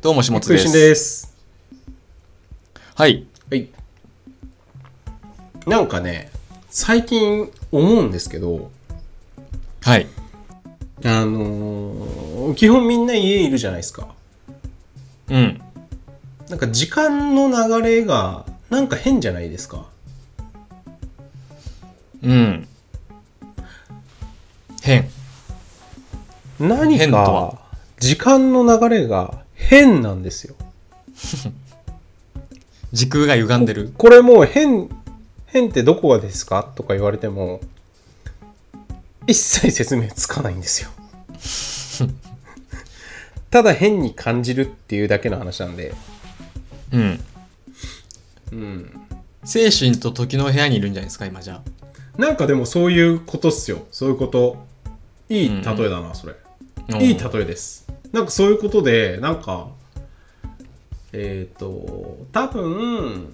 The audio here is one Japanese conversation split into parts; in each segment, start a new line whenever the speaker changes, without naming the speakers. どうも、しもつ
空
です。
心です。
はい。
はい。なんかね、最近思うんですけど、
はい。
あのー基本みんな家いるじゃないですか。
うん。
なんか時間の流れがなんか変じゃないですか。
うん。変。
何
変とは
か時間の流れが変なんですよ。
時空が歪んでる。
これもう変、変ってどこがですかとか言われても、一切説明つかないんですよ。ただ変に感じるっていうだけの話なんで。
うん。
うん。
精神と時の部屋にいるんじゃないですか、今じゃ
なんかでもそういうことっすよ。そういうこと。いい例えだな、それ。
あ。
いい
た
例えです。なんかそういうことで、なんか、えっ、と、多分、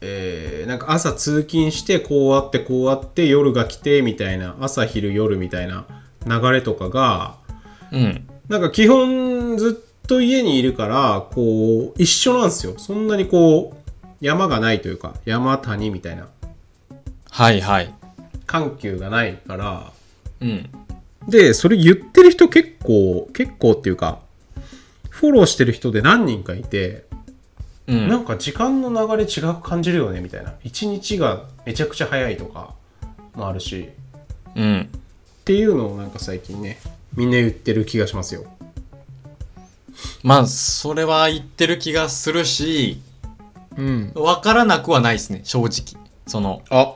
えーなんか朝通勤してこうあってこうあって夜が来てみたいな朝昼夜みたいな流れとかが
うん。
なんか基本ずっと家にいるからこう一緒なんですよそんなにこう山がないというか山谷みたいな
はいはい。
緩急がないから
うん。
でそれ言ってる人結構結構っていうかフォローしてる人で何人かいて、
う。
なんんか時間の流れ違く感じるよねみたいな一日がめちゃくちゃ早いとかもあるし
うん。
っていうのをなんか最近ねみんな言ってる気がしますよ
まあ、それは言ってる気がするし、
うん
わからなくはないですね、正直。その、
あ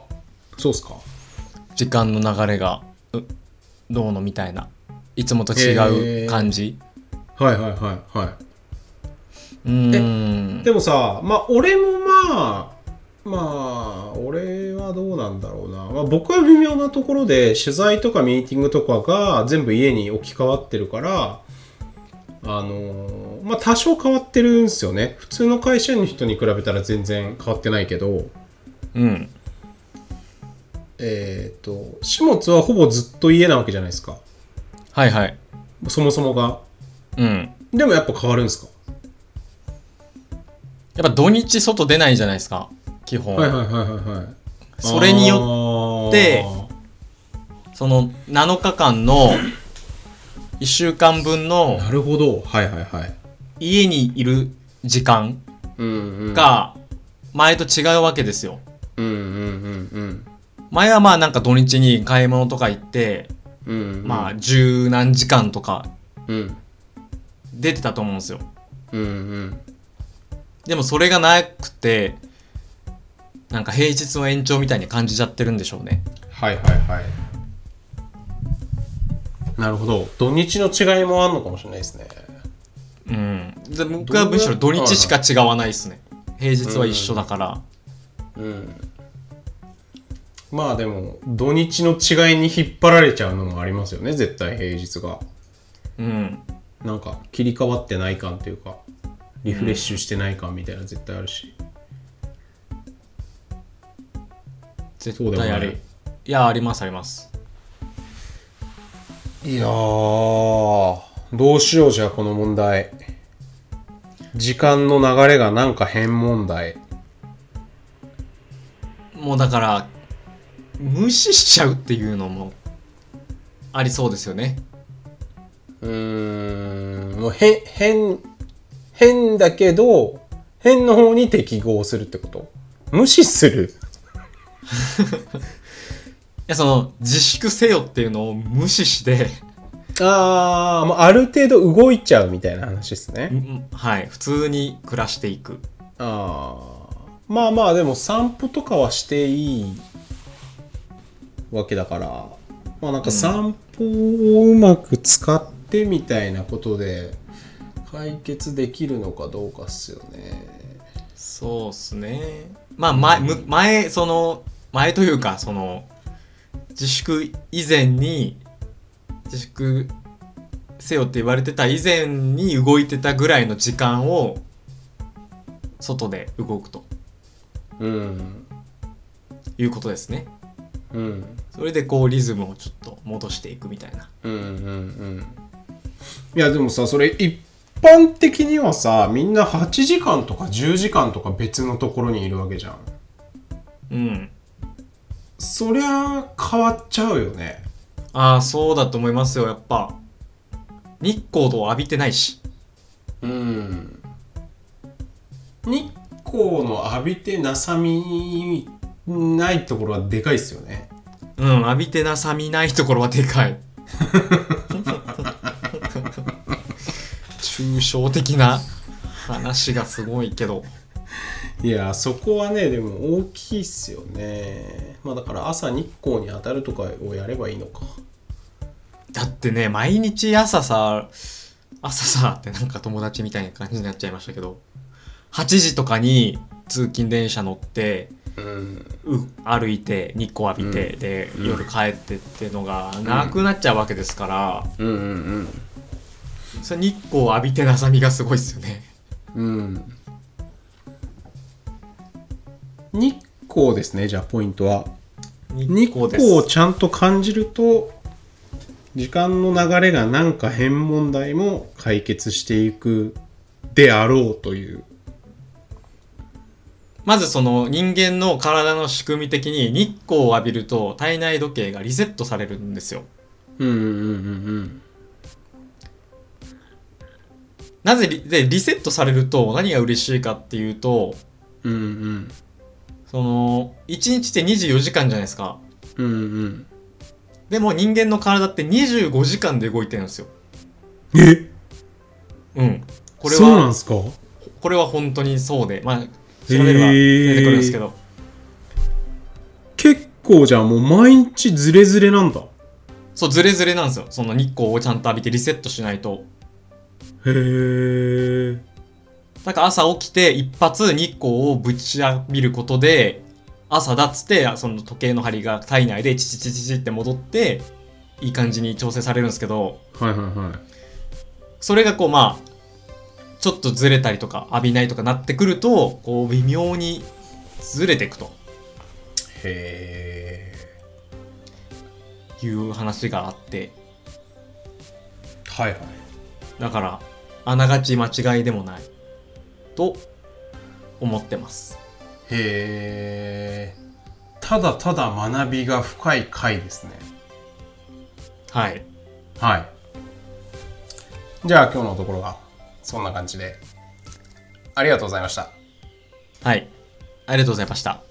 そうっすか
時間の流れが、うどうのみたいな。いつもと違う感じ。
はいはいはいは
うー
い
ん。
でもさまあ俺もまあまあ俺はどうなんだろうな、まあ、僕は微妙なところで取材とかミーティングとかが全部家に置き換わってるからあのーまあ多少変わってるんですよね普通の会社員の人に比べたら全然変わってないけど
うん。
えっ、と始末はほぼずっと家なわけじゃないですか
はいはい。
そもそもが
うん。
でもやっぱ変わるんですか
やっぱ土日外出ないじゃないですか基本、
はいはいはいはいはい
それによってっその7日間の1週間分
あ
の
ーなるほどはいはいはい
家にいる時間
うんうん
が前と違うわけですよ
うんうんうん
前はまあなんか土日に買い物とか行って、
うんうん
まあ十何時間とか
うん
出てたと思うんですよ
うんうん
でもそれがなくてなんか平日の延長みたいに感じちゃってるんでしょうね
はいはいはいなるほど土日の違いもあるのかもしれないですね
うんで僕はむしろ土日しか違わないですね平日は一緒だから、
うんまあでも土日の違いに引っ張られちゃうのもありますよね絶対平日が
うん
なんか切り替わってない感というかリフレッシュしてない感みたいな絶対あるし、
絶対あ
そうでもな
る
い
いやありますあります
いやー、どうしようじゃあこの問題。時間の流れがなんか変問題。
もうだから無視しちゃうっていうのもありそうですよね
うーん、もう変、変、変だけど、変の方に適合するってこと無視する
いやその自粛せよっていうのを無視して
あー、もうある程度動いちゃうみたいな話です
う
ね。
んはい普通に暮らしていく
あー、まあまあでも散歩とかはしていいわけだから、まあなんか散歩をうまく使ってみたいなことで解決できるのかどうかっすよね。
そうっすねまあ前む前その前というかその自粛以前に自粛せよって言われてた以前に動いてたぐらいの時間を外で動くと
うん。
いうことですね
うん。
それでこうリズムをちょっと戻していくみたいな
うんうんうん。いやでもさ、それ一般的にはさみんな8時間とか10時間とか別のところにいるわけじゃん
うん
そりゃ変わっちゃうよね
ああそうだと思いますよやっぱ日光と浴びてないし
うん日光の浴びてなさみないところはでかいっすよね
うん浴びてなさみないところはでかい抽象的な話がすごいけど
いやそこはねでも大きいっすよねまあだから朝日光に当たるとかをやればいいのか
だってね毎日朝さ朝さってなんか友達みたいな感じになっちゃいましたけど8時とかに通勤電車乗って
うん
う歩いて日光浴びて、で、
うん
夜帰ってってのがなくなっちゃうわけですから、
うんうん
それ日光浴びてなさみがすごいですよね
うんうん日光ですねじゃあポイントは日光をちゃんと感じると時間の流れが何か変問題も解決していくであろうという
まずその人間の体の仕組み的に日光を浴びると体内時計がリセットされるんですよ
うんうんうん
なぜリでリセットされると何が嬉しいかっていうと
うんうんうん
その1日って24時間じゃないですか
うんうん
でも人間の体って25時間で動いてるんですよ
え
うんこれ
そうなん
は
ですか
これは本当にそうでまあ調べれば出てくるんですけど、
結構じゃあもう毎日ズレズレなんだへ
そうズレズレなんですよその日光をちゃんと浴びてリセットしないと
え
だから朝起きて一発日光をぶち浴びることで朝だっつってその時計の針が体内でチチチチチって戻っていい感じに調整されるんですけど
はいはいは
それがこうまあちょっとずれたりとか浴びないとかなってくるとこう微妙にずれていくと
いへえ
いう話があって
はいはい
だからあながち間違いでもないと思ってます
へえただただ学びが深い回ですね
はい
はいじゃあ今日のところはそんな感じでありがとうございました
はいありがとうございました